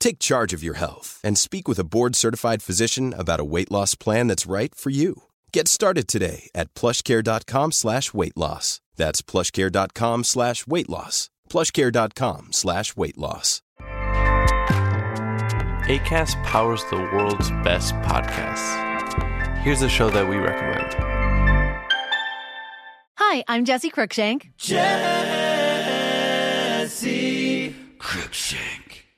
Take charge of your health and speak with a board-certified physician about a weight loss plan that's right for you. Get started today at plushcare.com slash weight loss. That's plushcare.com slash weight loss. plushcare.com slash weight loss. ACAST powers the world's best podcasts. Here's a show that we recommend. Hi, I'm Jesse Cruikshank. Jesse Cruikshank.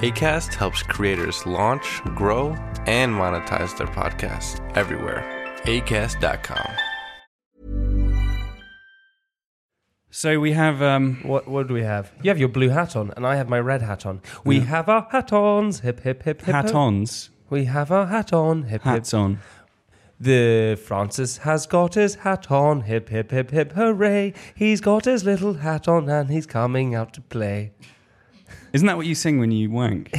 ACAST helps creators launch, grow, and monetize their podcasts everywhere. ACAST.com. So we have um What what do we have? You have your blue hat on, and I have my red hat on. We have our hat ons. Hip hip hip hip. hat hip. ons, We have our hat on. Hip hats hip. on. The Francis has got his hat on. Hip hip hip hip. Hooray! He's got his little hat on, and he's coming out to play. Isn't that what you sing when you wank?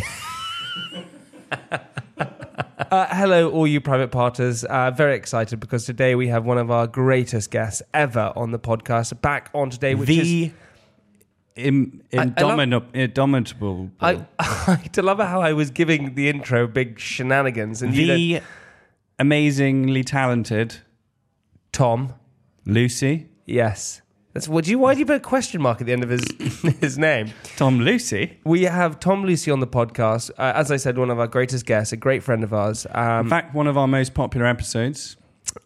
Uh, hello, all you private parters. Uh, very excited because today we have one of our greatest guests ever on the podcast back on today, which is. the Im- I- I indomino- indomitable. I, I love how I was giving the intro big shenanigans and you know, the amazingly talented Tom Lucy. Yes. That's what do you why do you put a question mark at the end of his his name? Tom Lucy. We have Tom Lucy on the podcast. Uh, as I said, one of our greatest guests, a great friend of ours. In Um, fact, one of our most popular episodes,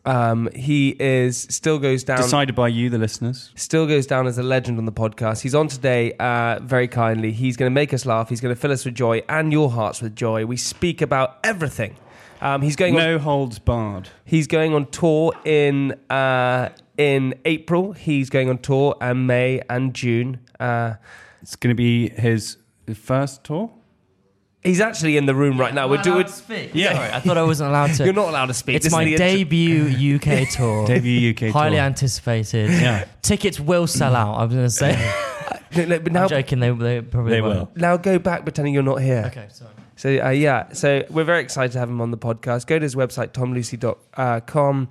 um, he is still goes down decided by you, the listeners. still goes down as a legend on the podcast. He's on today uh, very kindly. He's going to make us laugh. He's going to fill us with joy and your hearts with joy. We speak about everything. Um, he's going on No holds barred. He's going on tour in uh, in April. He's going on tour in May and June. Uh, It's going to be his first tour. He's actually in the room right now. We're doing. Yeah. Sorry, I thought I wasn't allowed to. You're not allowed to speak. It's This is my the intro. debut UK tour. Debut UK Highly tour. anticipated. Yeah. Tickets will sell out. I was going to say. No, no, but now, I'm joking. They, they probably They won't. will. now go back pretending you're not here. Okay, sorry. So uh, yeah, so we're very excited to have him on the podcast. Go to his website tomlucy.com.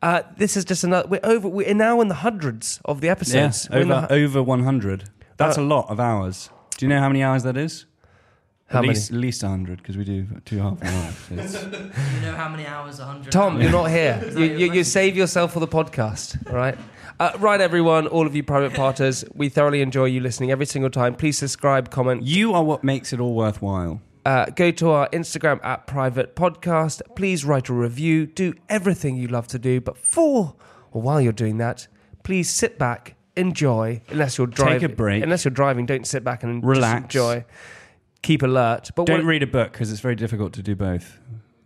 Uh, this is just another. We're over. We're now in the hundreds of the episodes. Yes, We're in the over, hu- over 100. That's Uh, a lot of hours. Do you know how many hours that is? How at many? least at least 100 because we do two half an hour. So it's- You know how many hours? 100. Tom, you're hours? not here. Is that you, your you, you question? save yourself for the podcast, all right? Uh, right, everyone, all of you private parters, we thoroughly enjoy you listening every single time. Please subscribe, comment, You are what makes it all worthwhile. Uh, go to our Instagram at private podcast. Please write a review. Do everything you love to do. But for or while you're doing that, please sit back, enjoy. Unless you're driving, a break. Unless you're driving, don't sit back and just Relax. enjoy. Keep alert. But Don't what, read a book because it's very difficult to do both.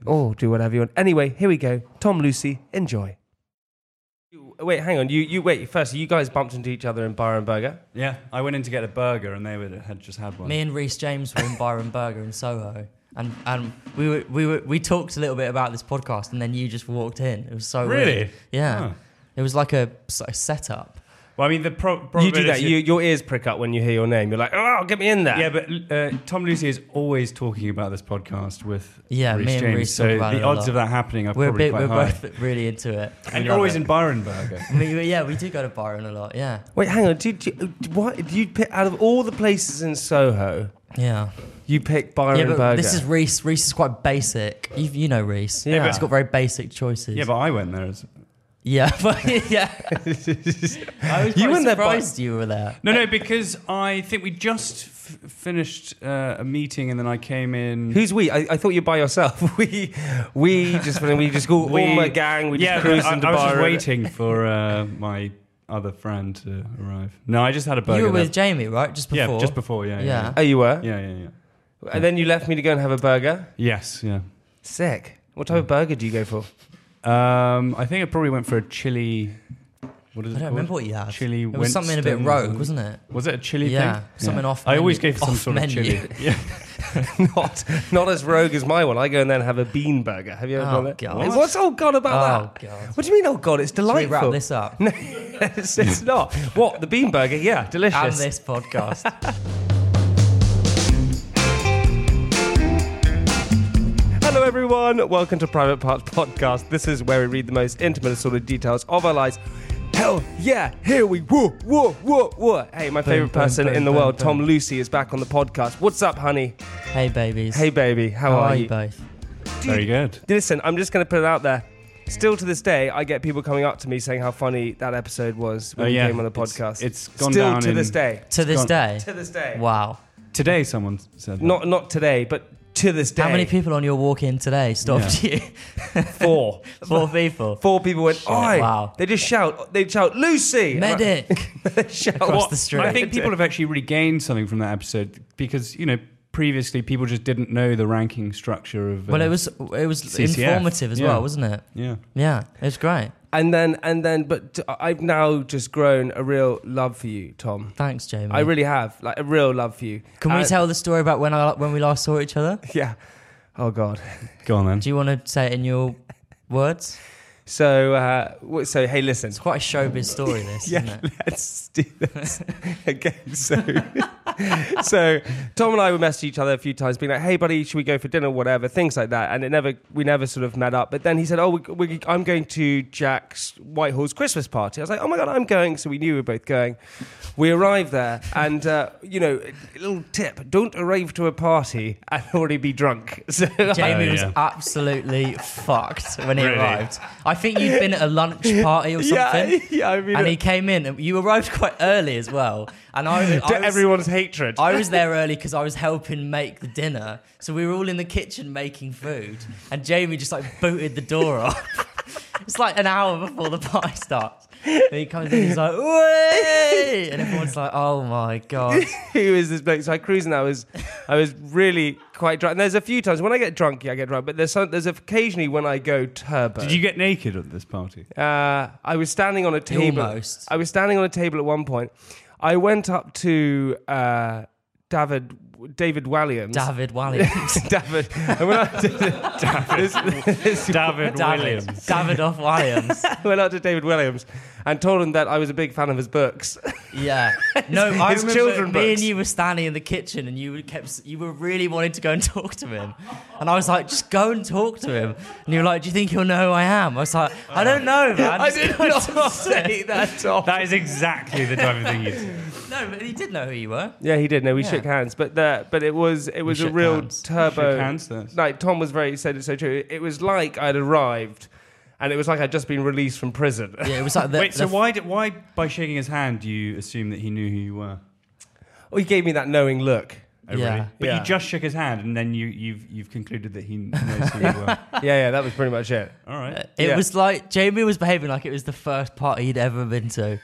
oh, do whatever you want. Anyway, here we go. Tom, Lucy, enjoy. wait, hang on. You, you wait. First, you guys bumped into each other in Bar and Burger. Yeah, I went in to get a burger and they were, had just had one. Me and Reese James were in Byron Burger in Soho, and and we were, we were, we talked a little bit about this podcast, and then you just walked in. It was so weird. Really? Yeah, Oh. it was like a, s- a setup. well, I mean, the pro- You probability. do that. You, your ears prick up when you hear your name. You're like, oh, get me in there. yeah, but uh, Tom Lucy is always talking about this podcast with Yeah, Rhys me and James, Rhys so talk about the it a odds lot. of that happening are We're a probably bit, quite we're high. both really into it. and We you're love always it. in Byron Burger. We- we- yeah, we do go to Byron a lot. Yeah, Wait, hang on. Did you? What? Did you pick out of all the places in Soho? yeah. You picked Byron yeah, but Burger. this is Reese. Reese is quite basic. You, you know Reese. Yeah, Yeah, but- he's got very basic choices. yeah, but I went there. As, yeah, but yeah. I was You you went there, but- surprised you were there. no, no, because I think we just f- finished uh, a meeting and then I came in. Who's we? I, I thought you were by yourself. We, we just we just go We- all my gang. We yeah, just cruised I, into I was Byron. just waiting for uh, my other friend to arrive. No, I just had a burger. You were there. with Jamie, right? Just yeah, before. just before. Yeah, yeah, Yeah. Oh, you were. yeah, yeah, yeah. And then you left me to go and have a burger. Yes, yeah. Sick. What type of burger do you go for? Um, I think I probably went for a chili. What is I it don't called? remember what you had. Chili It was something a bit Winston or rogue, something. wasn't it? Was it a chili yeah, thing? something off. I always menu- go for some off sort menu. of chili. Yeah. not not as rogue as my one. I go and then have a bean burger. Have you ever Oh, done that? God. Hey, What's oh god Oh about that? god. What do you mean? Oh god, it's Should we delightful. wrap this up? No, it's, it's not. What the bean burger? Yeah, And delicious. this podcast. Hello, everyone. Welcome to Private Parts Podcast. This is where we read the most intimate and sort of details of our lives. Hell yeah, here we whoa, whoa, whoa, whoa. Hey, my favorite boom, person boom, in the boom, world, boom. Tom Lucy, is back on the podcast. What's up, honey? hey babies. Hey, baby, how, how are are you you? both? Very good. Listen, I'm just going to put it out there. Still to this day, I get people coming up to me saying how funny that episode was when Oh, you yeah. came on the It's- podcast. it's gone still down to in- this day. To this gone- day. To this day. Wow. Today, someone said that. Not not today, but to this day. How many people on your walk in today stopped you? Four. Four people. Four people went. Oi! wow. They just shout. They shout, Lucy. And I- Medic. they shout, Across "What?" the street. I think people have actually really gained something from that episode because you know previously people just didn't know the ranking structure of. uh, Well, it was it was CCF. informative as Yeah. well, wasn't it? Yeah. Yeah, it was great. And then and then, but t- I've now just grown a real love for you, Tom. Thanks, Jamie. I really have, like a real love for you. Can we Uh, tell the story about when I when we last saw each other? Yeah. Oh God. Go on then. Do you want to say it in your words? So uh, w- so hey, listen. It's quite a showbiz story, this, isn't it? let's do this again. So, so Tom and I would message each other a few times, being like, "Hey, buddy, should we go for dinner? Whatever, things like that." And it never, we never sort of met up. But then he said, "Oh, we, we, I'm going to Jack's Whitehall's Christmas party." I was like, "Oh my god, I'm going!" So we knew we were both going. We arrived there, and uh, you know, a little tip: don't arrive to a party and already be drunk. So Jamie Oh, was yeah. absolutely fucked when he Really? arrived. I think you'd been at a lunch party or something. yeah, yeah, I mean, uh, And he came in, and you arrived quite early as well. And I, to I was, everyone's hatred. I was there early because I was helping make the dinner. So we were all in the kitchen making food, and Jamie just like booted the door off. it's like an hour before the party starts. And he comes in, he's like, "Way!" and everyone's like, "Oh my god!" who is this bloke? So I cruise and I was, I was really quite drunk. And there's a few times when I get drunk, yeah, I get drunk. But there's some, there's occasionally when I go turbo. Did you get naked at this party? Uh, I was standing on a table. Almost. I was standing on a table at one point. I went up to uh, David David Walliams. David Williams, David. I went up to David. David, David Davidoff Williams. I went up to David Williams and told him that I was a big fan of his books. Yeah. No, I his remember children me and books. you were standing in the kitchen and you kept you were really wanting to go and talk to him. And I was like, just go and talk to him. And you were like, Do you think he'll know who I am? I was like, I don't know, man. I Just did go and not talk to him." say that. Tom. That is exactly the type of thing you do. No, but he did know who you were. Yeah, he did. No, we Yeah. shook hands, but the, but it was it was a shook real hands. turbo. Shook hands, that's- Like Tom was very said it so true. It was like I'd arrived, and it was like I'd just been released from prison. Yeah, it was like the, Wait, so the- why did, why by shaking his hand do you assume that he knew who you were? Well, he gave me that knowing look. Oh, Yeah. really? But Yeah. you just shook his hand, and then you, you've you've concluded that he knows who you were. Yeah, yeah, that was pretty much it. All right. it yeah. was like Jamie was behaving like it was the first party he'd ever been to.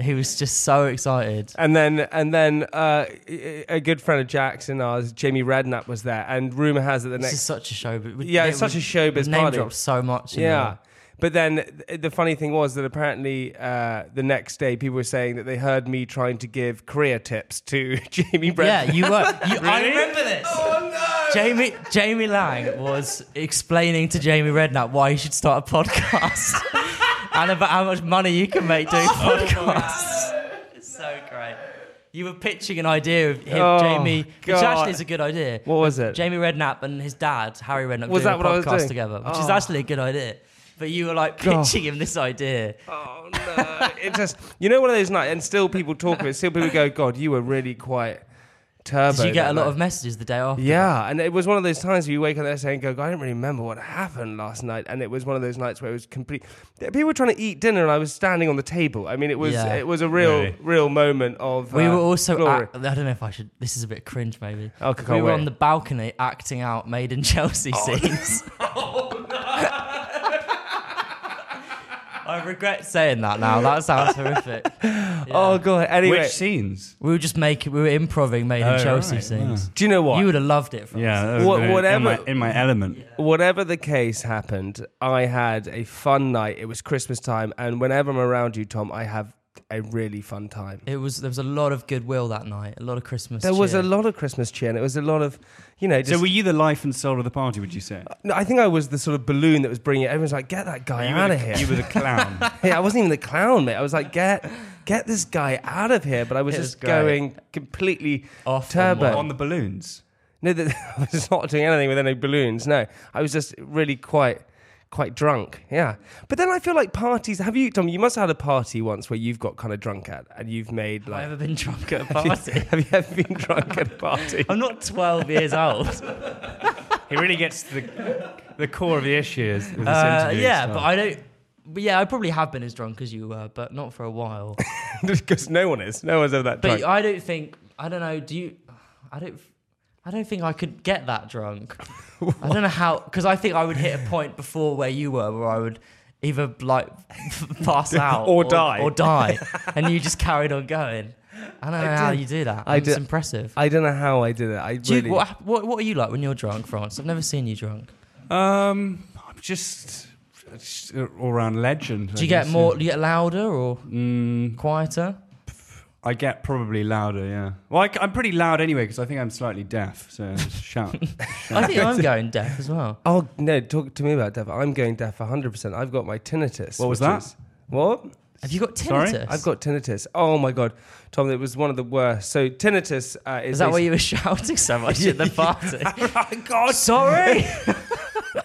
He was just so excited. And then and then uh, a good friend of Jack's and ours, Jamie Redknapp, was there. And rumor has it the This next is such a show, but Yeah, it's such a showbiz Name party. dropped so much. in yeah. there. But then th- the funny thing was that apparently uh, the next day people were saying that they heard me trying to give career tips to Jamie Yeah, Brent. you were. You, I Really? remember this. Oh Jamie Jamie Lang was explaining to Jamie Redknapp why he should start a podcast and about how much money you can make doing Oh, podcasts. It's so great. You were pitching an idea of him, Oh, Jamie, which God. actually is a good idea. What was it? Jamie Redknapp and his dad, Harry Redknapp, Was doing that a what I was podcast doing? together, which is Oh. actually a good idea. But you were like God. pitching him this idea. Oh no! It just you know one of those nights, and still people talk about it. Still people go, "God, you were really quite turbo." Did you get that a lot night." of messages the day after? Yeah, and it was one of those times where you wake up there saying, "Go, God, I don't really remember what happened last night." And it was one of those nights where it was complete. People were trying to eat dinner, and I was standing on the table. I mean, it was Yeah. it was a real Really? real moment of. We uh, were also. glory. Act, I don't know if I should. This is a bit cringe, maybe. Oh, c- can't we were wait. Oh. on the balcony acting out Made in Chelsea scenes. I regret saying that now. That sounds horrific. Oh God! Anyway, Which scenes? We were just making. We were improvising Made in Oh, Chelsea right, scenes. do you know what? You would have loved it. From us. Yeah, that was Wha- really- whatever- In my, in my element. Whatever the case happened, I had a fun night. It was Christmas time, and whenever I'm around you, Tom, I have a really fun time. It was. There was a lot of goodwill that night. A lot of Christmas. There was a cheer. lot of Christmas cheer, and it was a lot of, you know. Just, So were you the life and soul of the party? Would you say? No, I think I was the sort of balloon that was bringing it. Everyone's like, "Get that guy you, out were of here!" the, you were the clown. yeah, I wasn't even the clown, mate. I was like, "Get, get this guy out of here!" But I was It was just great. going completely Off turbo. on on the balloons. No, that, I was not doing anything with any balloons. No, I was just really quite, quite drunk. Yeah, but then I feel like parties. Have you, Tom? You must have had a party once where you've got kind of drunk at, and you've made Have I like. ever been drunk at a Have you, party? have you ever been drunk at a party? I'm not 12 years old. He really gets to the, the core of the issues. With this Uh, interview yeah, so. but I don't. But yeah, I probably have been as drunk as you were, but not for a while. because no one is. No one's ever that but drunk. I don't think. I don't know. Do you? I don't. I don't think I could get that drunk. I don't know how, because I think I would hit a point before where you were, where I would either like pass out Or die. or die, and you just carried on going. I don't know how did. you do that. I It's did. impressive. I don't know how I did it. I do you, really. what, what, what are you like when you're drunk, France? I've never seen you drunk. Um, I'm just, just an all-round legend. Do I you get guess, more? Do yeah. you get louder or Mm, quieter? I get probably louder. Yeah. Well, I, am pretty loud anyway because I think I'm slightly deaf. So I just shout. I think I'm going deaf as well. Oh no! Talk to me about deaf. I'm going deaf 100. percent I've got my tinnitus. What was which that? is- What? Have you got Sorry? tinnitus? I've got tinnitus. Oh my god, Tom, it was one of the worst. So tinnitus uh, is. Is that why basi- you were shouting so much at the party? Oh, God, Sorry.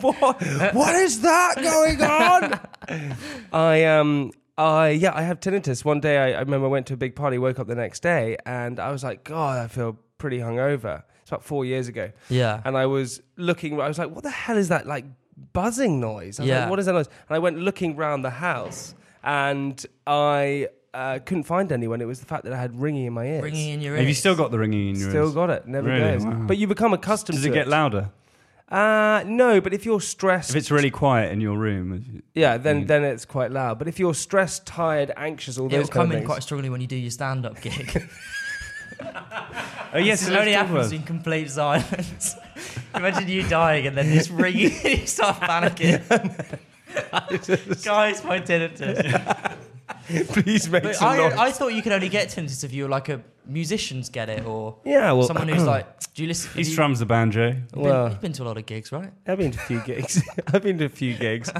what, what is that going on? I um I yeah, I have tinnitus. One day I, I remember I went to a big party, woke up the next day, and I was like, God, I feel pretty hungover. It's about four years ago. Yeah. And I was looking I was like, what the hell is that like buzzing noise? I was like, Yeah. what is that noise? And I went looking round the house and I uh, couldn't find anyone. It was the fact that I had ringing in my ears. Ringing in your ears. Have you still got the ringing in your Still ears? got it. Never Really? goes. Wow. But you become accustomed Does to it get louder? Uh, no, but if you're stressed, If it's really quiet in your room, yeah, Mm. then then it's quite loud. But if you're stressed, tired, anxious, all It'll those kind come of in things. quite strongly when you do your stand-up gig. oh yes, it only happens in complete silence. Imagine you dying and then this ringing, you start panicking. Guys, my tinnitus. Please make But some noise. I, I thought you could only get tinnitus if you were like a musician's get it or yeah, well, someone who's like, do you listen? He have you- strums the banjo. you've been, Well. you've been to a lot of gigs, right? I've been to a few gigs. I've been to a few gigs.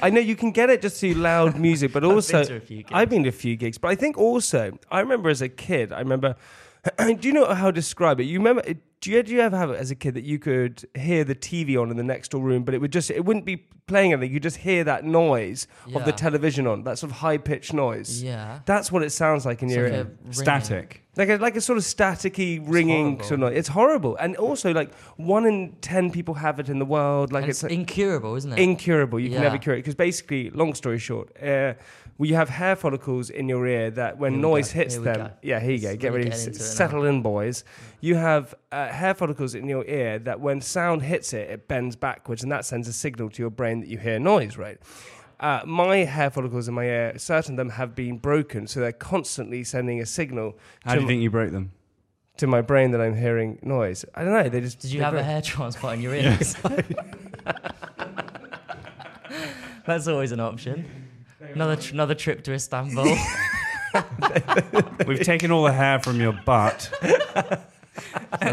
I know you can get it just through loud music, but also to a few gigs. I've been to a few gigs. But I think also I remember as a kid. I remember. do you know how to describe it? You remember? Do you, do you ever have it as a kid that you could hear the TV on in the next door room, but it would just it wouldn't be playing anything. You just hear that noise of the Yeah. television on, that sort of high pitched noise. Yeah. That's what it sounds like in your Like a ear. ringing. Static. Like a, like a sort of staticky ringing horrible. sort of noise. It's horrible, and also like one in ten people have it in the world. Like And it's it's, incurable, isn't it? incurable. You can Yeah. never cure it because basically, long story short, uh, well, you have hair follicles in your ear that when Here we noise go, hits here we them, go. yeah, here you go, Let's get really ready, get s- into it now. settle in, boys. You have uh, hair follicles in your ear that when sound hits it, it bends backwards, and that sends a signal to your brain that you hear noise, right? Uh, my hair follicles in my ear, certain of them have been broken, so they're constantly sending a signal How to, do you think you broke them? to my brain that I'm hearing noise. I don't know. They just Did you they have a broke- hair transplant in your ears? That's always an option. Another tr- another trip to Istanbul. We've taken all the hair from your butt. So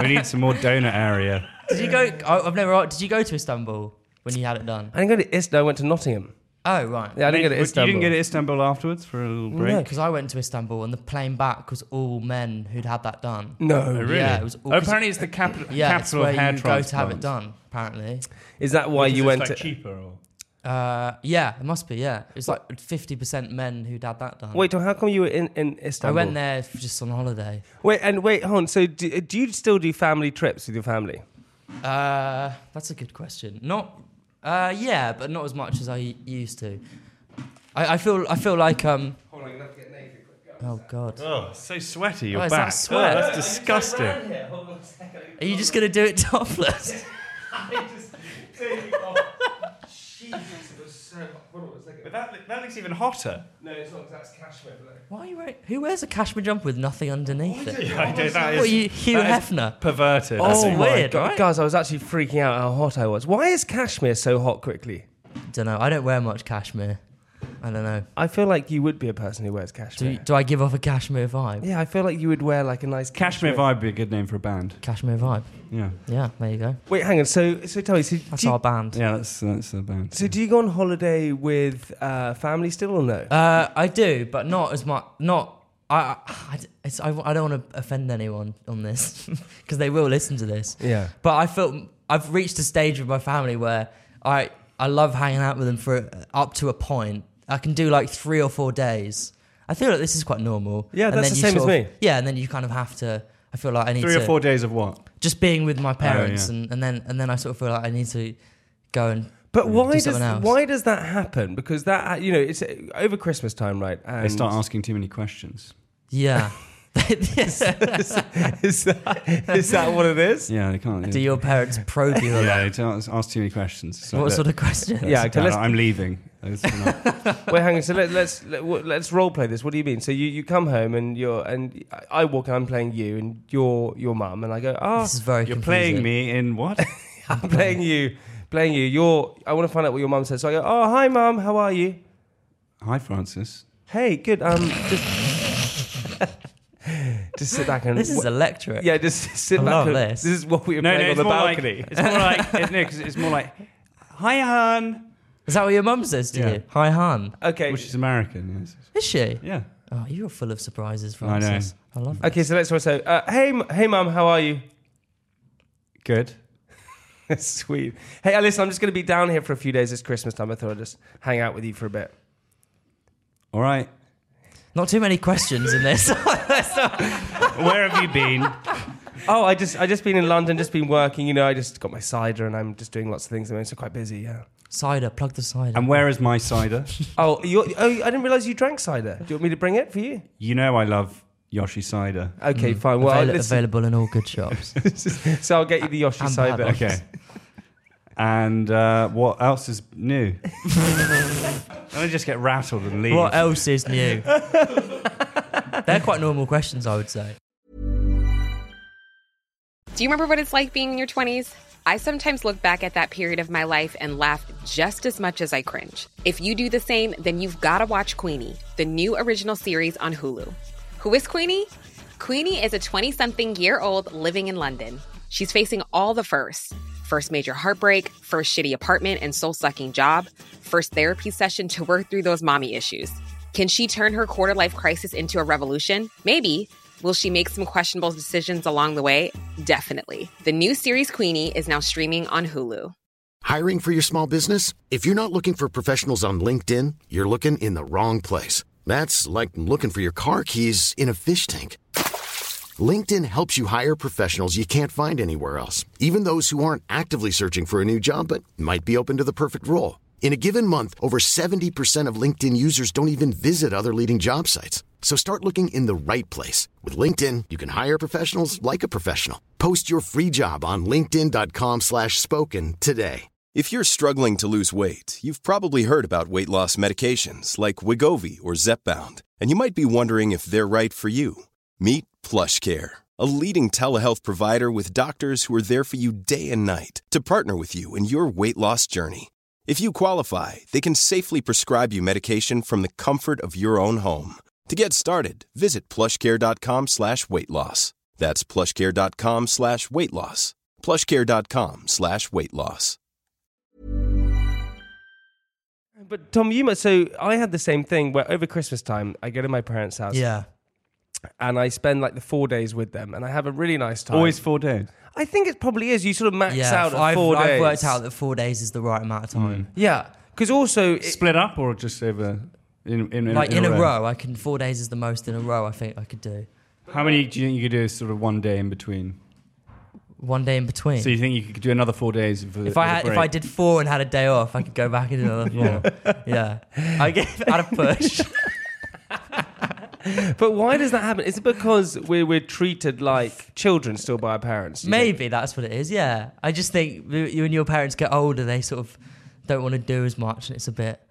we need some more donor area. did you go? I, I've never. Did you go to Istanbul when you had it done? I didn't go to Istanbul. I went to Nottingham. Oh right. Yeah, I didn't go to But Istanbul. You didn't get to Istanbul afterwards for a little break? No, because I went to Istanbul and the plane back was all men who'd had that done. No. Really? Yeah, it was all- oh, apparently it's the capital, Yeah, it's capital where of hair you go to have it transplants. done. Apparently. Is that why Because you it's, went like, to? cheaper or Uh, yeah, it must be. Yeah, it was like fifty percent men who'd had that done. Wait, so how come you were in, in I Istanbul? went there f- just on holiday. Wait, and wait, hold on. So, do, do you still do family trips with your family? Uh, that's a good question. Not, uh, yeah, but not as much as I y- used to. I, I feel I feel like um. Oh God! oh so sweaty your Oh, is that back sweat? Oh, that's disgusting Are you just gonna do it topless? but that, that looks even hotter No, it's not. That's cashmere. Why are you wearing? Who wears a cashmere jumper with nothing underneath it? I do, that What are Oh, is you, Hugh that is Hefner? perverted That's oh my weird, god, right? guys! I was actually freaking out how hot I was. Why is cashmere so hot quickly? Don't know. I don't wear much cashmere. I don't know. I feel like you would be a person who wears Do cashmere. do I give off a cashmere vibe? yeah, I feel like you would wear like a nice Cashmere Vibe would be a good name for a band Cashmere vibe. yeah Yeah, there you go. Wait, hang on. So, so tell me. So, That's do you, our band. yeah that's uh, that's a band so do you go on holiday with uh, family still or no? Uh, I do, but not as much. Not I. I, I- it's, I, I don't want to offend anyone on this because they will listen to this. Yeah. But I felt I've reached a stage with my family where I I love hanging out with them for up to a point. I can do like three or four days. I feel like this is quite normal. Yeah, that's then the you same as sort of- me. Yeah, and then you kind of have to. I feel like I need three or to- four days of what just being with my Oh, parents, yeah. and, and then and then I sort of feel like I need to go and. But do why does something else. why does that happen? Because that you know it's uh, over Christmas time, right? And they start asking too many questions Yeah. is, that, is that what it is? yeah they can't Do your parents probe you a lot? yeah they tell- ask too many questions So, What look, sort of question? Yeah, okay, Dad, let's- I'm leaving It's not- Wait, hang on. So let, let's let, w- let's role play this. What do you mean? So you, you come home and you're and I- I walk. and I'm playing you and you're your mum and I go. Ah, This is very you're confusing. playing me in what I'm playing you, playing you. You're. I want to find out what your mum says. So I go. Oh, hi, mum. How are you? hi Francis Hey, good. Um, just just sit back and This is wa- electric. yeah. Just sit I back. love and, this. is what we were playing on the more balcony. Like, it's more like it- no, 'cause it's more like hi Han, Is that what your mum says to Yeah. you? Hi, Han. okay. which is American. Yes. Is she? Yeah. Oh, you're full of surprises, I know. Francis. I, love it. Okay, so let's also. Uh, hey, m- hey, mum, how are you? Good. Sweet. Hey, uh, listen, I'm just going to be down here for a few days. It's Christmas time. I thought I'd just hang out with you for a bit. All right. Not too many questions in this. Where have you been? Oh, I just I just been in London, just been working. You know, I just got my cider and I'm just doing lots of things. I'm so quite busy. Yeah. cider, plug the cider. And where is my cider? Oh, you oh, I didn't realize you drank cider. Do you want me to bring it for you? You know I love Yoshi cider. Okay, fine. Well, Mm. Avail- listen, available in all good shops. so I'll get you the Yoshi And cider. Babbage. Okay. And uh, what else is new? Let me just get rattled and leave. uh, what else is new? They're quite normal questions, I would say. Do you remember what it's like being in your 20s? I sometimes look back at that period of my life and laugh just as much as I cringe. If you do the same, then you've got to watch Queenie, the new original series on Hulu. Who is Queenie? Queenie is a 20 something year old living in London. She's facing all the firsts first major heartbreak, first shitty apartment and soul sucking job, first therapy session to work through those mommy issues. Can she turn her quarter life crisis into a revolution? Maybe. Will she make some questionable decisions along the way? Definitely. The new series Queenie is now streaming on Hulu. Hiring for your small business? If you're not looking for professionals on LinkedIn, you're looking in the wrong place. That's like looking for your car keys in a fish tank. LinkedIn helps you hire professionals you can't find anywhere else, even those who aren't actively searching for a new job but might be open to the perfect role. In a given month, over 70% of LinkedIn users don't even visit other leading job sites. So start looking in the right place. With LinkedIn, you can hire professionals like a professional. Post your free job on linkedin.com/spoken slash spoken today. If you're struggling to lose weight, you've probably heard about weight loss medications like Wigovi or Zepbound, and you might be wondering if they're right for you. Meet PlushCare, a leading telehealth provider with doctors who are there for you day and night to partner with you in your weight loss journey. If you qualify, they can safely prescribe you medication from the comfort of your own home. To get started, visit plushcare.com slash weight loss. That's plushcare.com slash weight loss. Plushcare.com slash weight loss. But Tom, you must. So I had the same thing where over Christmas time, I go to my parents' house. Yeah. And I spend like the four days with them, and I have a really nice time. Always four days. I think it probably is. You sort of max Yeah, out at I've, 4 days. I've worked out that four days is the right amount of time. Yeah, because also Mm. split up or just over in in, in, Like in, a, row. row. I can four days is the most in a row. I think I could do How many do you think you could do? Sort of one day in between. one day in between. So you think you could do another four days? For, if I had, if I did four and had a day off, I could go back and do another four. yeah, I gave out a push. But why does that happen? Is it because we're, we're treated like children still by our parents? do you think? Maybe that's what it is. Yeah, I just think w- you and your parents get older, they sort of don't want to do as much, and it's a bit,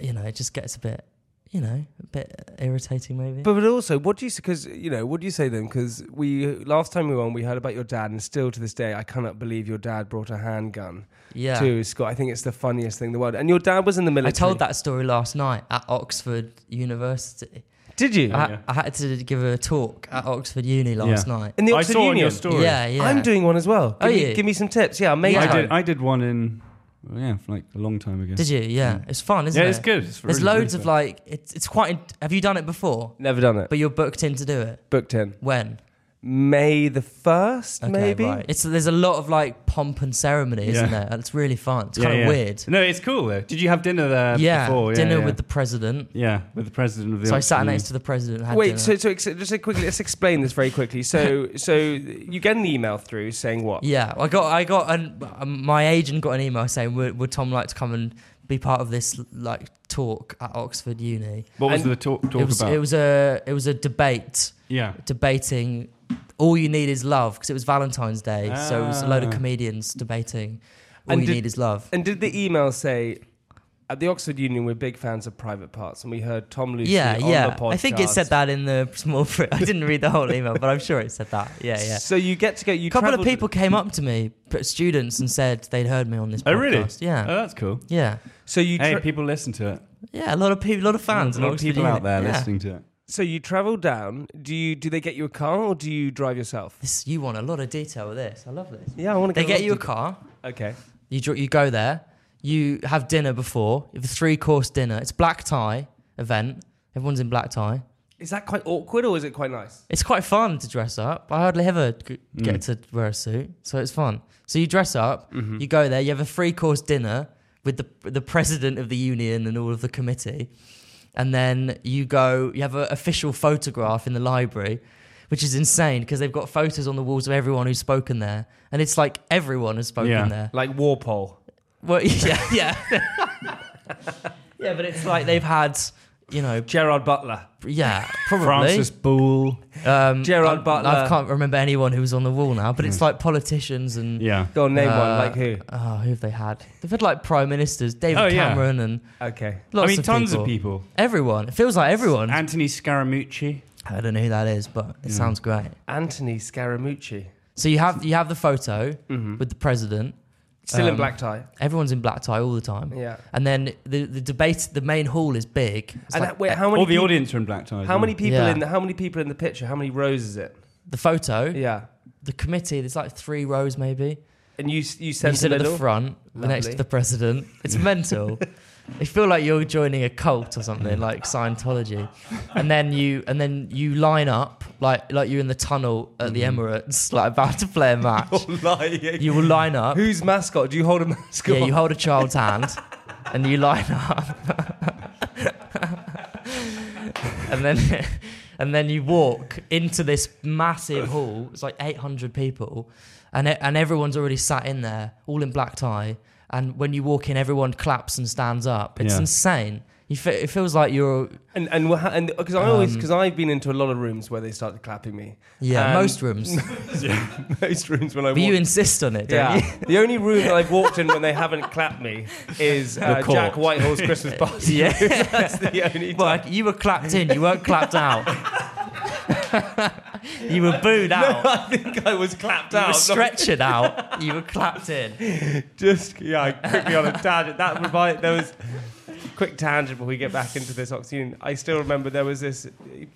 you know, it just gets a bit, you know, a bit irritating maybe. But, but also, what do you because you know what do you say then? Because we last time we were on, we heard about your dad, and still to this day, I cannot believe your dad brought a handgun. Yeah. To Scott, I think it's the funniest thing in the world. And your dad was in the I military. told that story last night at Oxford University. Did you? Uh, I, Yeah. I had to give a talk at Oxford Uni last night. in the Oxford Union Yeah, yeah. I'm doing one as well. Oh, Give me, yeah. give me some tips. Yeah, amazing. I did I did one in well, yeah for like a long time ago. Did you? Yeah, it's fun, isn't it? Mm. Yeah, it's good. It's There's really- loads really of fun. like, it's it's quite. Have you done it before? Never done it. But you're booked in to do it. Booked in When? May the first, Okay, maybe. right. It's there's a lot of like pomp and ceremony, isn't Yeah. there? And It's really fun. It's Yeah, kind of yeah. weird. No, it's cool though. Did you have dinner there? yeah, before? dinner yeah. with the president. yeah with the president of the. So I sat Oxford next Union. to the president. And had dinner. Wait, so, so ex- just quickly, let's explain this very quickly. So, so you get an email through saying what? Yeah, I got I got an, um, my agent got an email saying would, would Tom like to come and be part of this like talk at Oxford Uni. What was And the talk, talk it was, about? It was a it was a debate. Yeah. debating. All you need is love because it was Valentine's Day, so it was a load of Ah. comedians debating. All you did- need is love. And did the email say, at the Oxford Union, we're big fans of private parts, and we heard Tom Lucy Yeah, on yeah. the podcast. I think it said that in the small print. I didn't read the whole email, but I'm sure it said that. Yeah, yeah. So you get to go. You A couple of travelled- people came up to me, p- students, and said they'd heard me on this podcast. Oh really? Yeah. Oh, that's cool. yeah. So you. Hey, Tra- people listen to it. Yeah, a lot of people, a lot of fans, A lot in of Oxford people out Uni. there Yeah. listening to it. so you travel down. Do you? Do they get you a car, or do you drive yourself? This, you want a lot of detail with this. I love this. Yeah, I want to. They get you a car. Okay. You dr- you go there. You have dinner before. You have a three course dinner. It's black tie event. Everyone's in black tie. Is that quite awkward, or is it quite nice? It's quite fun to dress up. I hardly ever g- get to wear a suit, so it's fun. So you dress up. You go there. You have a three course dinner with the the president of the union and all of the committee, and then you go. You have an official photograph in the library. Which is insane because they've got photos on the walls of everyone who's spoken there, and it's like everyone has spoken Yeah. there. Like Warpole. Well, yeah, yeah, yeah. But it's like they've had, you know, Gerard Butler. yeah, probably. Francis Boole. um, Gerard I, Butler. I can't remember anyone who was on the wall now, but it's like politicians and Hmm. Yeah. Go on, name one. uh, Like who? Oh, who have they had? They've had like prime ministers, David Oh, yeah. Cameron, and Okay. lots I mean, of tons people. of people. Everyone. It feels like everyone. Anthony Scaramucci. I don't know who that is, but Hmm. it sounds great. Anthony Scaramucci. So you have you have the photo Mm-hmm. with the president. Still in Um, black tie. Everyone's in black tie all the time. Yeah. And then the, the debate, the main hall is big. It's like uh, And Mm, that- wait, how many? All the peop- audience are in black ties. How many people Yeah. in the? How many people in the picture? How many rows is it? the photo. Yeah. the committee. There's like three rows, maybe. And you s- you You sent sit at the front, next Lovely. to the president. It's mental. You feel like you're joining a cult or something, like Scientology. And then you and then you line up like like you're in the tunnel at the Emirates, like about to play a match. Lying. you will line up. Whose mascot? Do you hold a mascot? Yeah, you hold a child's hand and you line up. and then and then you walk into this massive hall. It's like 800 people and it, and everyone's already sat in there all in black tie and when you walk in everyone claps and stands up. It's Yeah. insane. You fe- it feels like you're and and we're ha- and because I always because I've been into a lot of rooms where they started clapping me. Um, yeah, And- uh, most rooms. most rooms when I But walk. you insist on it, don't you? yeah, the only room that I've walked in when they haven't clapped me is uh, court. Jack Whitehall's Christmas party. Yeah. that's the only. Well, time. I- you were clapped in, you weren't clapped out. You were booed out. I think I was clapped You out. were stretching out. You were clapped in. Just yeah, I quickly on a tangent. That remind, there was quick tangent before we get back into this oxygen. I still remember there was this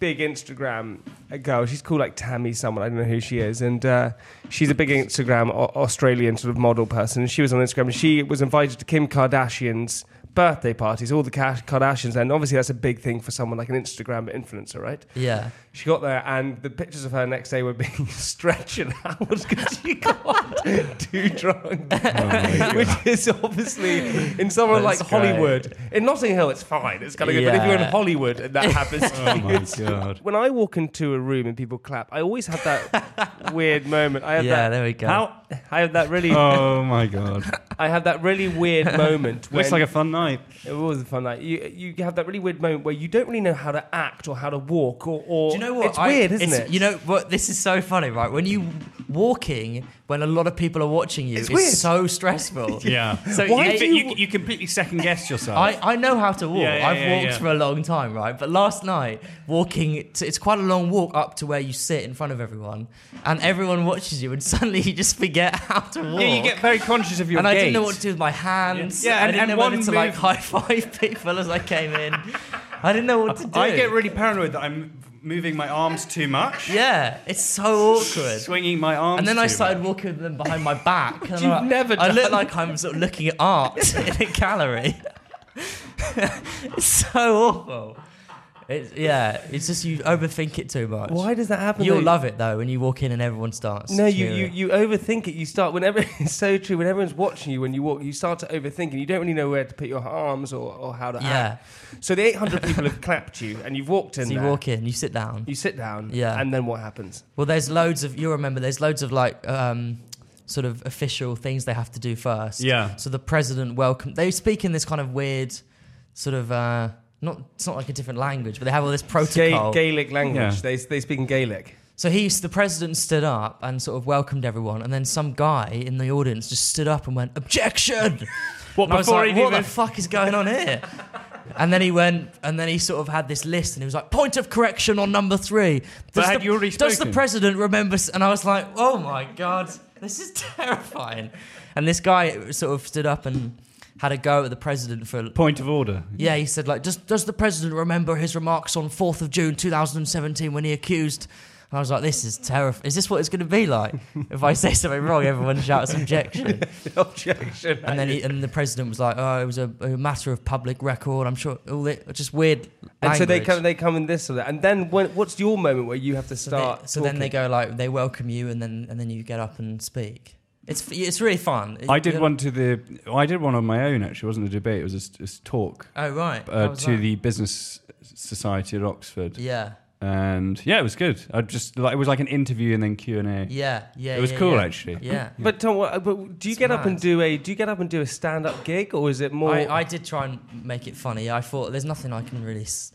big Instagram girl. She's called like Tammy someone. I don't know who she is, and uh, she's a big Instagram Au- Australian sort of model person. She was on Instagram. and She was invited to Kim Kardashian's birthday parties. All the Ka- Kardashians, and obviously that's a big thing for someone like an Instagram influencer, right? Yeah. She got there, and the pictures of her next day were being stretched out because she got too drunk, which is obviously in somewhere Oh That's like great. Hollywood. In Notting Hill, it's fine, it's kind of good. But if you're Yeah. in Hollywood and that happens, to Oh you, my it's- God. When I walk into a room and people clap, I always have that weird moment. I have Yeah, that, there we go. How, I have that really. Oh my god! I have that really weird moment. Looks when- like a fun night. it was a fun night. You you have that really weird moment where you don't really know how to act or how to walk or, or Do you know what? It's I- weird, isn't it's- it? You know what? This is so funny, right? When you walking, when a lot of people are watching you, It's it's, weird. so stressful. Yeah. So Why you- do you, you completely second guess yourself? I, I know how to walk. Yeah, yeah, I've yeah, walked yeah. for a long time, right? But last night, walking, to, it's quite a long walk up to where you sit in front of everyone, and everyone watches you, and suddenly you just forget how to walk. yeah, you get very conscious of your Oh. and I gait. didn't know what to do with my hands. Yeah, Yeah, and- I didn't and know whether one to like move- high five people as I came in. I didn't know what to do. I get really paranoid that I'm moving my arms too much, yeah, it's so awkward. swinging my arms. And then I too started walking with them behind my back. and You've I'm like- never I look done- like I'm sort of looking at art in a gallery. it's so awful. It's, yeah, it's just you overthink it too much. Why does that happen? You'll though? love it though when you walk in and everyone starts. No, you, you, cheering. you overthink it. You start whenever it's so true. When everyone's watching you when you walk, you start to overthink, and you don't really know where to put your arms or, or how to yeah. act. So the 800 people have clapped you, and you've walked in. So you there. walk in, you sit down. You sit down. Yeah. And then what happens? Well, there's loads of you remember. There's loads of like um, sort of official things they have to do first. Yeah. So the president welcome. They speak in this kind of weird, sort of uh, not it's not like a different language, but they have all this Ga- protocol. Gaelic language. Yeah. They they speak in Gaelic. So he's the president stood up and sort of welcomed everyone, and then some guy in the audience just stood up and went objection. What, And I was before like, he'd what the even- fuck is going on here? And then he went, and then he sort of had this list, and he was like, "Point of correction on number three. But Does, had the, you already does the spoken? president remember?" s- And I was like, "Oh my god, this is terrifying." And this guy sort of stood up and had a go at the president for Point of order. yeah, he said like, does does the president remember his remarks on fourth of June two thousand and seventeen when he accused? And I was like, this is terrifying. Is this what it's going to be like? if I say something wrong, everyone shouts objection. Objection. And then he, and the president was like, oh, it was a, a matter of public record. I'm sure all the just weird. And so they language. come they come in this or that. And then when, what's your moment where you have to So, they- start? so then they talking? go like, they welcome you, and then and then you get up and speak. It's f- it's really fun. I did You're- one to the. I did one on my own. Actually, it wasn't a debate. It was a s- a, s- talk Oh right. How uh, was to that? the business society at Oxford, yeah and yeah, it was good. I just like it was like an interview and then Q and A. yeah yeah. It was yeah, cool, yeah. actually. Yeah. But Tom, what, but do you It's get up and mad. do a do you get up and do a stand up gig or is it more? I, I did try and make it funny. I thought there's nothing I can really. S-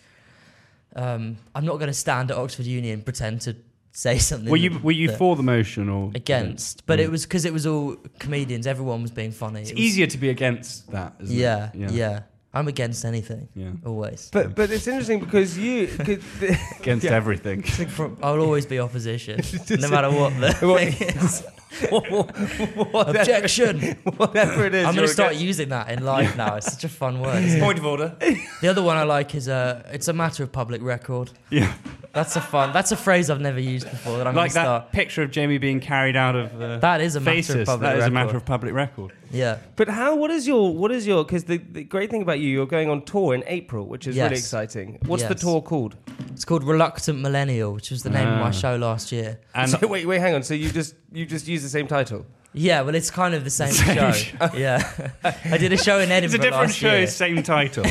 um, I'm not going to stand at Oxford Uni and pretend to say something. Were you were you that- for the motion or against? But it was because it was all comedians. Everyone was being funny. It's It was- easier to be against that. Isn't Yeah, it? yeah, I'm against anything. Yeah. Always. but but it's interesting because you. 'cause the- Against Yeah. everything. From- I'll always be opposition, no matter what the What- thing is. whatever- Objection. Whatever it is, I'm going you're to start against- using that in life now. It's such a fun word. isn't it? Point of order. The other one I like is uh, it's a matter of public record. Yeah. That's a fun. That's a phrase I've never used before. That I'm like that gonna start. picture of Jamie being carried out of uh, That is a matter of faces. public That is a record. matter of public record. Yeah. But how? What is your? What is your? Because the, the great thing about you, you're going on tour in April, which is really Yes. exciting. What's the Yes. tour called? It's called Reluctant Millennial, which was the name of Ah. my show last year. And So, wait, wait, hang on. So you just you just use the same title? Yeah, well, it's kind of the same, Same show. show. yeah, I did a show in Edinburgh. it's a different last show, year. same title.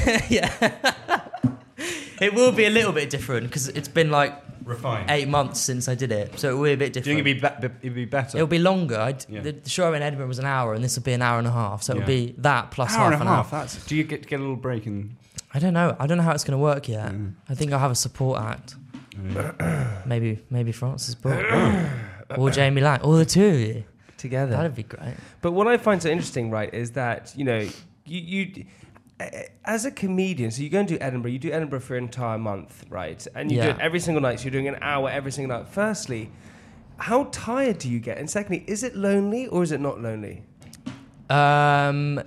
It will be a little bit different because it's been like Refined. eight months since I did it, so it will be a bit different. Do you think it'd be, be- it'd be better? It'll be longer. I d- Yeah. the, the show in Edinburgh was an hour, and this will be an hour and a half. So it'll Yeah. be that plus hour and half a an half. hour. That's. Do you get get a little break in? I don't know. I don't know how it's going to work yet. Mm. I think I'll have a support act. maybe, maybe Francis Book or Jamie Lang or the two of you. Together. That'd be great. But what I find so interesting, right, is that you know you you as a comedian, so you go and do Edinburgh, you do Edinburgh for an entire month, right? And you do Yeah. it every single night, so you're doing an hour every single night. Firstly, how tired do you get? And secondly, is it lonely or is it not lonely? Um,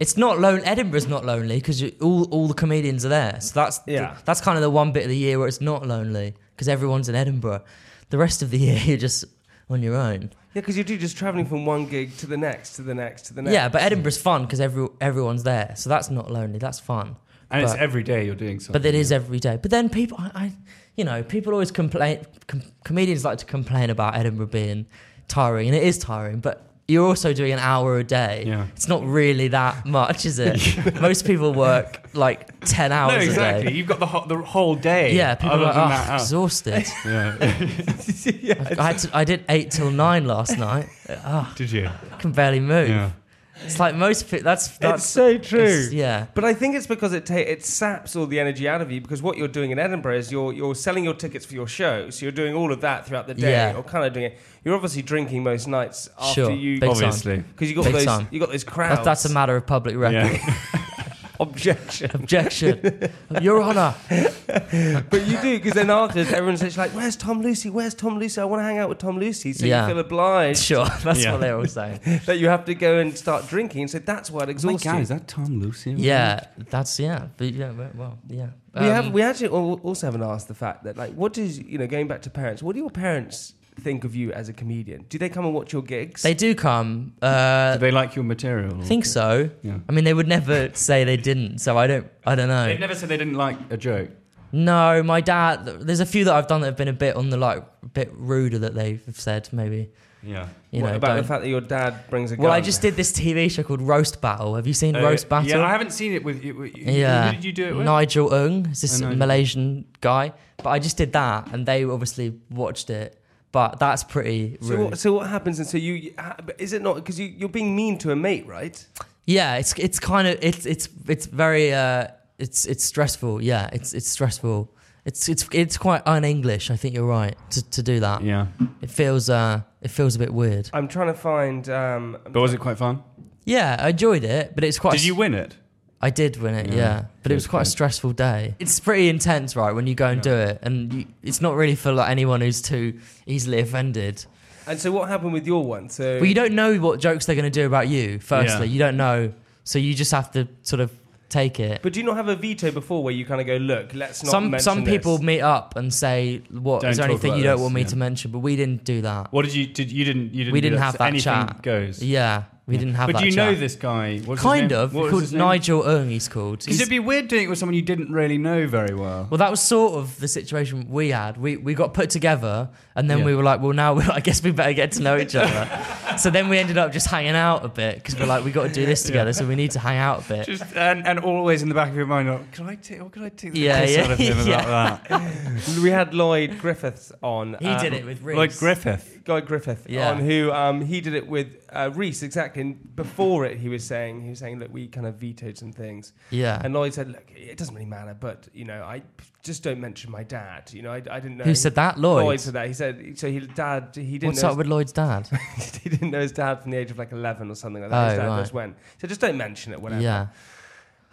it's not lone. Edinburgh's not lonely because all all the comedians are there. So that's the- Yeah. that's kind of the one bit of the year where it's not lonely because everyone's in Edinburgh. The rest of the year you're just on your own. Yeah, because you do just traveling from one gig to the next, to the next, to the next. Yeah, but Edinburgh's fun because every everyone's there. So that's not lonely. That's fun. And it's But- every day you're doing something. But it is every day. But then people, I, I you know, people always complain. Com- comedians like to complain about Edinburgh being tiring, and it is tiring. But you're also doing an hour a day. Yeah. It's not really that much, is it? Most people work like ten hours. no, exactly. A day. You've got the whole, the whole day. Yeah, people are other like, than "Oh, that out." exhausted. Yeah. I, had to, I did eight till nine last night. Ah, Did you? I can barely move. Yeah. It's like most. pe- That's that's That's so true. it's- yeah. But I think it's because it ta- it saps all the energy out of you because what you're doing in Edinburgh is you're you're selling your tickets for your show, so you're doing all of that throughout the day, Yeah. or kind of doing it. You're obviously drinking most nights after Sure. you Big time. Obviously. because you got Big those time. you got those crowds. That, that's a matter of public record. Yeah. objection. Objection, Your Honour. but you do because then afterwards everyone's just like, "Where's Tom Lucy? Where's Tom Lucy? I want to hang out with Tom Lucy." So Yeah. you feel obliged Sure, that's Yeah. what they're all saying. that you have to go and start drinking. So that's why it My exhausts God, you. is that Tom Lucy? Yeah, that's yeah. But yeah, we- well, yeah. We have Um, we actually al- also haven't asked the fact that like what does you know going back to parents what do your parents think of you as a comedian do they come and watch your gigs they do come. Do Uh, they like your material? I think so. Yeah. I mean, they would never say they didn't. So I don't. I don't know. They've never said they didn't like a joke. No, my dad. There's a few that I've done that have been a bit on the like, a bit ruder that they've said maybe. Yeah. You what know, about don't- the fact that your dad brings a gun well, I just did this TV show called Roast Battle. Have you seen Roast Battle? Oh, Yeah, I haven't seen it with you. with you- Yeah. Who did you do it with? Nigel Ung, is Oh, this Nigel. Malaysian guy? But I just did that, and they obviously watched it. But that's pretty rude. so what, so what happens and so you ha- but is it not because you you're being mean to a mate right Yeah, it's it's kind of it's it's it's very uh it's it's stressful. Yeah, it's it's stressful. It's it's it's quite un-English. I think you're right to, to do that. Yeah. It feels uh it feels a bit weird. I'm trying to find um But was it quite fun? Yeah, I enjoyed it, but it's quite. Did you win it? I did win it. Yeah. Yeah, but it was quite a Okay. stressful day. It's pretty intense, right? When you go and do it, and you, it's not really for like anyone who's too easily offended. and so what happened with your one so Well, you don't know what jokes they're going to do about you. Firstly, Yeah. you don't know, so you just have to sort of take it. but do you not have a veto before where you kind of go look let's not some mention some this." people meet up and say, "What Don't is there talk anything about you don't this, want me yeah. to mention?" But we didn't do that. What did you did you didn't you didn't we do didn't have so that anything chat. goes. Yeah, we didn't have But that. do you know chat. this guy? What was his Kind name? of. What was called his name? Nigel Ung. He's called. Because He's- it'd be weird doing it with someone you didn't really know very well. well, that was sort of the situation we had. We we got put together, and then Yeah. we were like, "Well, now we, I guess we better get to know each other." so then we ended up just hanging out a bit because we're like, "We got to do this together, so we need to hang out a bit." Just and, and always in the back of your mind, like, could I take or could I take the Yeah, piss yeah, out of him yeah. about that? we had Lloyd Griffiths on he um, did it with Reese. Like Griffith. Guy Griffith Yeah. on who um, he did it with uh, Reese exactly. And before it, he was saying he was saying that we kind of vetoed some things. Yeah. And Lloyd said, "Look, it doesn't really matter, but you know, I just don't mention my dad. You know, I, I didn't know Who said that, Lloyd? Lloyd said that. He said so. He dad. He didn't. What's know up his, with Lloyd's dad? he didn't know his dad from the age of like eleven or something like that. his Oh, dad right. just went. So just don't mention it. Whatever. yeah.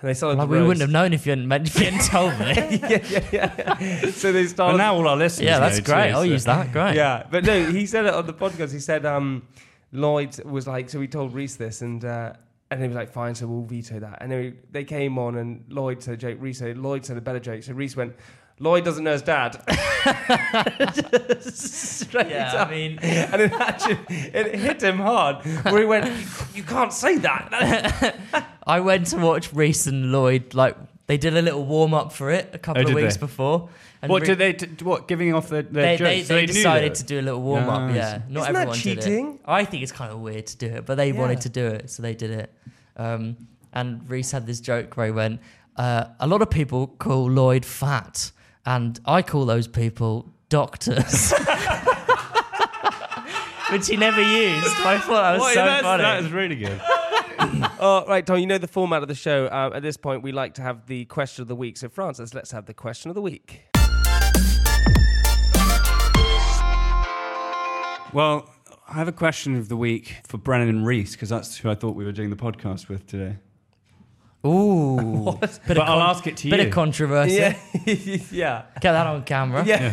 And they started. Like to we roast. wouldn't have known if you hadn't, meant, if you hadn't told me. So they started. But now all our listeners. yeah, that's know, too, great. I'll so- use that. Great. Yeah, but no, he said it on the podcast. He said um, Lloyd was like, so he told Reese this, and uh, and he was like, fine, so we'll veto that. And then they came on, and Lloyd said a joke. Reese said Lloyd said a better joke. So Reese went, Lloyd doesn't know his dad. Straight Yeah, up. I mean, and it actually it hit him hard, where he went, you can't say that. I went to watch Reese and Lloyd. Like they did a little warm up for it a couple Oh, of did weeks they? before. And What Re- did they? T- what giving off their, They, their they, jokes? so they knew decided that. to do a little warm up. Nice. Yeah, not Isn't that everyone did cheating? it. I think it's kind of weird to do it, but they Yeah. wanted to do it, so they did it. Um, and Reese had this joke where he went, uh, "A lot of people call Lloyd fat, and I call those people doctors." Which he never used. but I thought that was Well, so that's, funny. that is really good. Oh, right, Tom, you know the format of the show. Uh, at this point, we like to have the question of the week. So, Francis, let's have the question of the week. Well, I have a question of the week for Brennan and Reese because that's who I thought we were doing the podcast with today. Ooh. But I'll ask it to Bit you. of controversy. Yeah. yeah. Get that on camera. Yeah.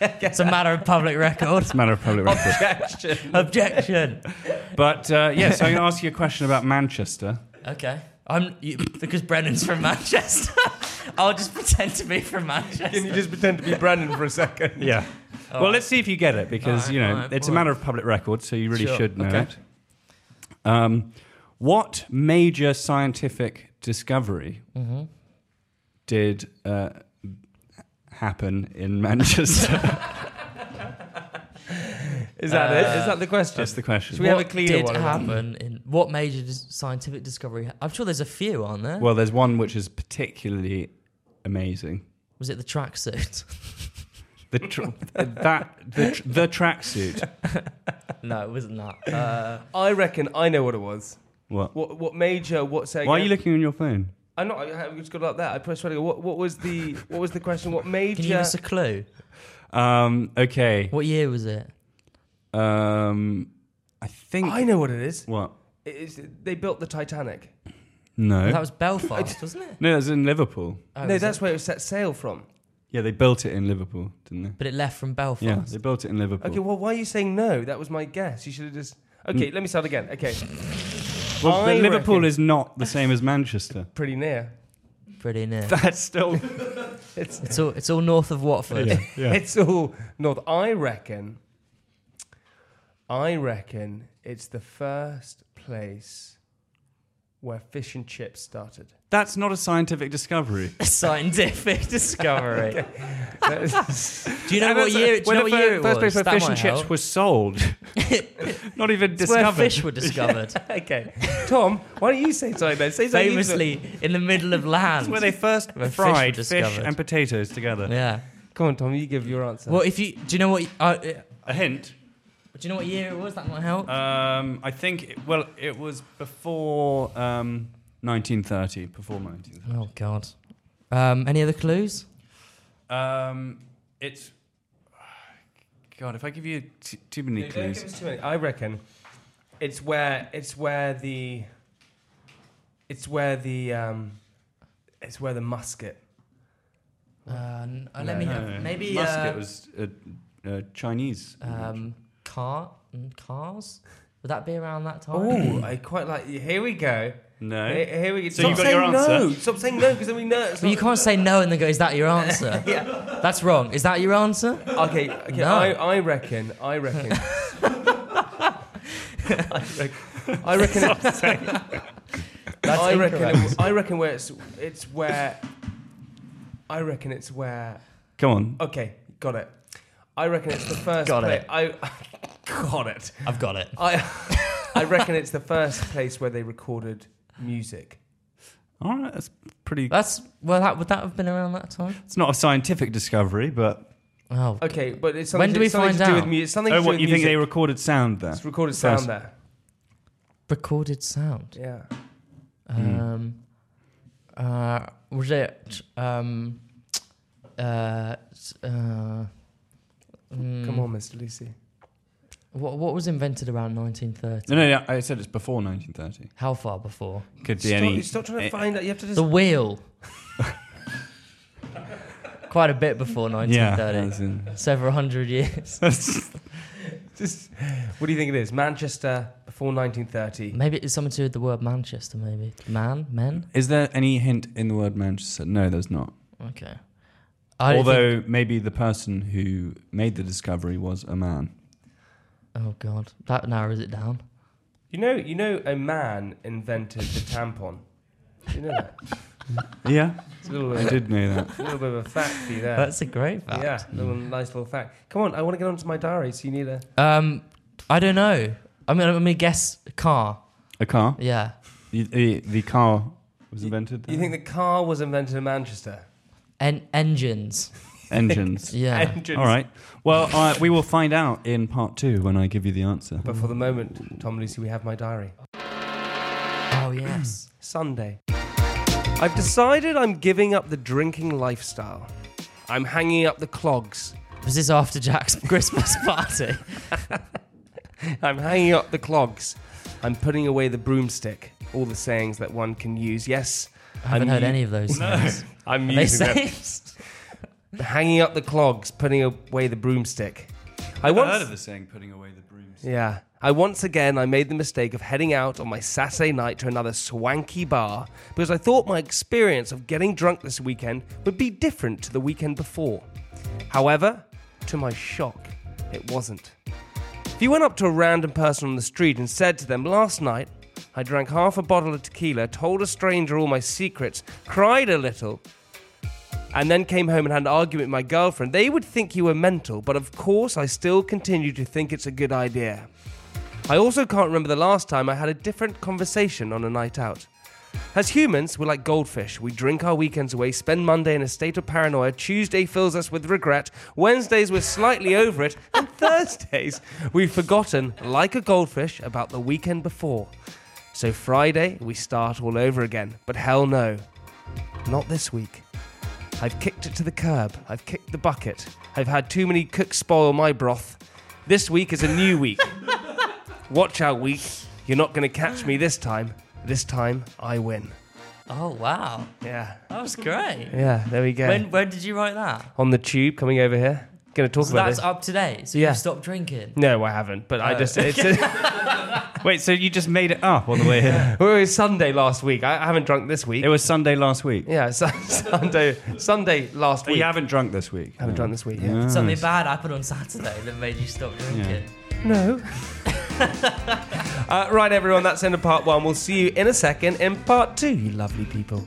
it's a matter of public record. It's a matter of public record. Objection. Objection. But uh, yeah, so I'm going to ask you a question about Manchester. Okay. I'm you, because Brennan's from Manchester. I'll just pretend to be from Manchester. Can you just pretend to be Brandon for a second? Yeah. well, let's see if you get it because Alright, you know alright, it's a alright. matter of public record, so you really Sure, should know okay. it. Um, what major scientific discovery Mm-hmm. did uh, happen in Manchester? Is that it? Is that the question? That's the question. Should we have a What cleaner did one? happen in what major dis- scientific discovery? ha- I'm sure there's a few, aren't there? Well, there's one which is particularly amazing. Was it the tracksuit? The tr- that the, tr- the tracksuit. no, it wasn't that. Uh, I reckon I know what it was. What? What, what major? What second? Why are you looking on your phone? I'm not. I I just got it up there. I pressed ready. What, what was the? What was the question? What major? can you give us a clue? Um, okay. What year was it? Um, I think. I know what it is. What? It is they built the Titanic. No. That was Belfast, wasn't it? no, it was in Liverpool. Oh, no, was that's it? where it was set sail from. Yeah, they built it in Liverpool, didn't they? But it left from Yeah, Belfast. they built it in Liverpool. Okay, well, why are you saying no? That was my guess. You should have just. Okay, let me start again. Okay, Mm. well, I but Liverpool reckon- is not the same as Manchester. pretty near. Pretty near. That's still. It's all it's all north of Watford. It's all North. I reckon. I reckon it's the first place where fish and chips started. That's not a scientific discovery. Scientific discovery. Do you know And what year? also, Do you when know the what fir- year it first was? place where That fish might and chips help. were sold. not even It's where discovered. fish were discovered. Okay, Tom, why don't you say something then? Say something you- Famously in the middle of land. Where they first Where fish were fried fish, discovered. and potatoes together. Yeah. Come on, Tom, you give your answer. Well, if you do you know what uh, uh, do A hint. you know what year it was? That might help. Um, I think. It, well, it was before um, 1930. Before 1930. oh God. Um, any other clues? Um, it's. God, if I give you t- too many No, don't clues. give us too many. I reckon it's where it's where the it's where the um, it's where the musket. Uh, n- uh, let me No, have no, no. maybe Musket uh, was a, a Chinese. Uh, um, car mm, cars. Would that be around that time? Oh, I quite like. Here we go. no. Here, here we go. So Stop you got saying your answer. no. Stop saying no because then we know. It's But you not- can't say no and then go. Is that your answer? yeah. That's wrong. Is that your answer? Okay, okay. No. I, I reckon. I reckon. I reckon. I reckon. That's I reckon, incorrect. it, I reckon where it's it's where I reckon it's where Come on. okay got it I reckon it's the first Got pla- it. I, I got it I've got it. I I reckon it's the first place where they recorded music All right, that's pretty. That's well. That would that have been around that time? It's not a scientific discovery, but Oh, okay but it's When something do to- we something find to do with out? music something oh, to do what with you think music. they recorded sound there? it's recorded sound First. there recorded sound. yeah Um, uh, was it? Um, uh, s- uh, mm, come on Mr Lucy what, what was invented around 1930? No, no, no, I said it's before 1930. How far before? Could be stop, any. stop trying to eh, find out you have to just The wheel. Quite a bit before Yeah. 1930. as in- Several hundred years. just what do you think it is Manchester before 1930 maybe it's something to do with the word Manchester, maybe. Man? Men? Is there any hint in the word Manchester? No, there's not. Okay. I don't think- Although maybe the person who made the discovery was a man. oh, God. That narrows it down. You know, you know, a man invented the tampon. You know that. Yeah, It's a little, I did know that. a little bit of a fact for you there. That's a great fact. yeah, a little nice little fact. Come on, I want to get onto my diary. So you need a. Um, I don't know. I mean, I'm going to guess car. A car. Yeah. The, the, the car was invented. You there? think the car was invented in Manchester? En- engines. engines? Yeah. Engines. All right. Well, uh, we will find out in part two when I give you the answer. But for the moment, Tom Lucy, we have my diary. Oh yes. Sunday. I've decided I'm giving up the drinking lifestyle. I'm hanging up the clogs. Was this after Jack's Christmas party? I'm hanging up the clogs. I'm putting away the broomstick. All the sayings that one can use. Yes, I haven't I'm heard u- any of those. No. names. I'm Are they using them. safe? Hanging up the clogs, putting away the broomstick. I I've once heard of the saying putting away the brooms. Yeah. I once again I made the mistake of heading out on my Saturday night to another swanky bar because I thought my experience of getting drunk this weekend would be different to the weekend before. However, to my shock, it wasn't. If you went up to a random person on the street and said to them, Last night, I drank half a bottle of tequila, told a stranger all my secrets, cried a little, and then came home and had an argument with my girlfriend, they would think you were mental, but of course I still continue to think it's a good idea. I also can't remember the last time I had a different conversation on a night out. As humans, we're like goldfish. We drink our weekends away, spend Monday in a state of paranoia, Tuesday fills us with regret, Wednesdays we're slightly over it, and Thursdays we've forgotten, like a goldfish, about the weekend before. So Friday, we start all over again. But hell no. Not this week. I've kicked it to the curb. I've kicked the bucket. I've had too many cooks spoil my broth. This week is a new week. Watch out, week. You're not going to catch me this time. This time, I win. Oh wow. Yeah. That was great. Yeah, there we go. When when did you write that? On the tube coming over here. Going to talk So about that's this. up to date. So Yeah. you've stopped drinking. No, I haven't. But I Oh. just. It's a, Wait, so you just made it up on the way here? it was Sunday last week. I, I haven't drunk this week. It was Sunday last week. yeah, Sun Sunday, Sunday last But week. you haven't drunk this week. haven't drunk this week. Yeah. Something bad happened on Saturday that made you stop drinking. No. uh, right, everyone, that's end of part one. We'll see you in a second in part two, you lovely people.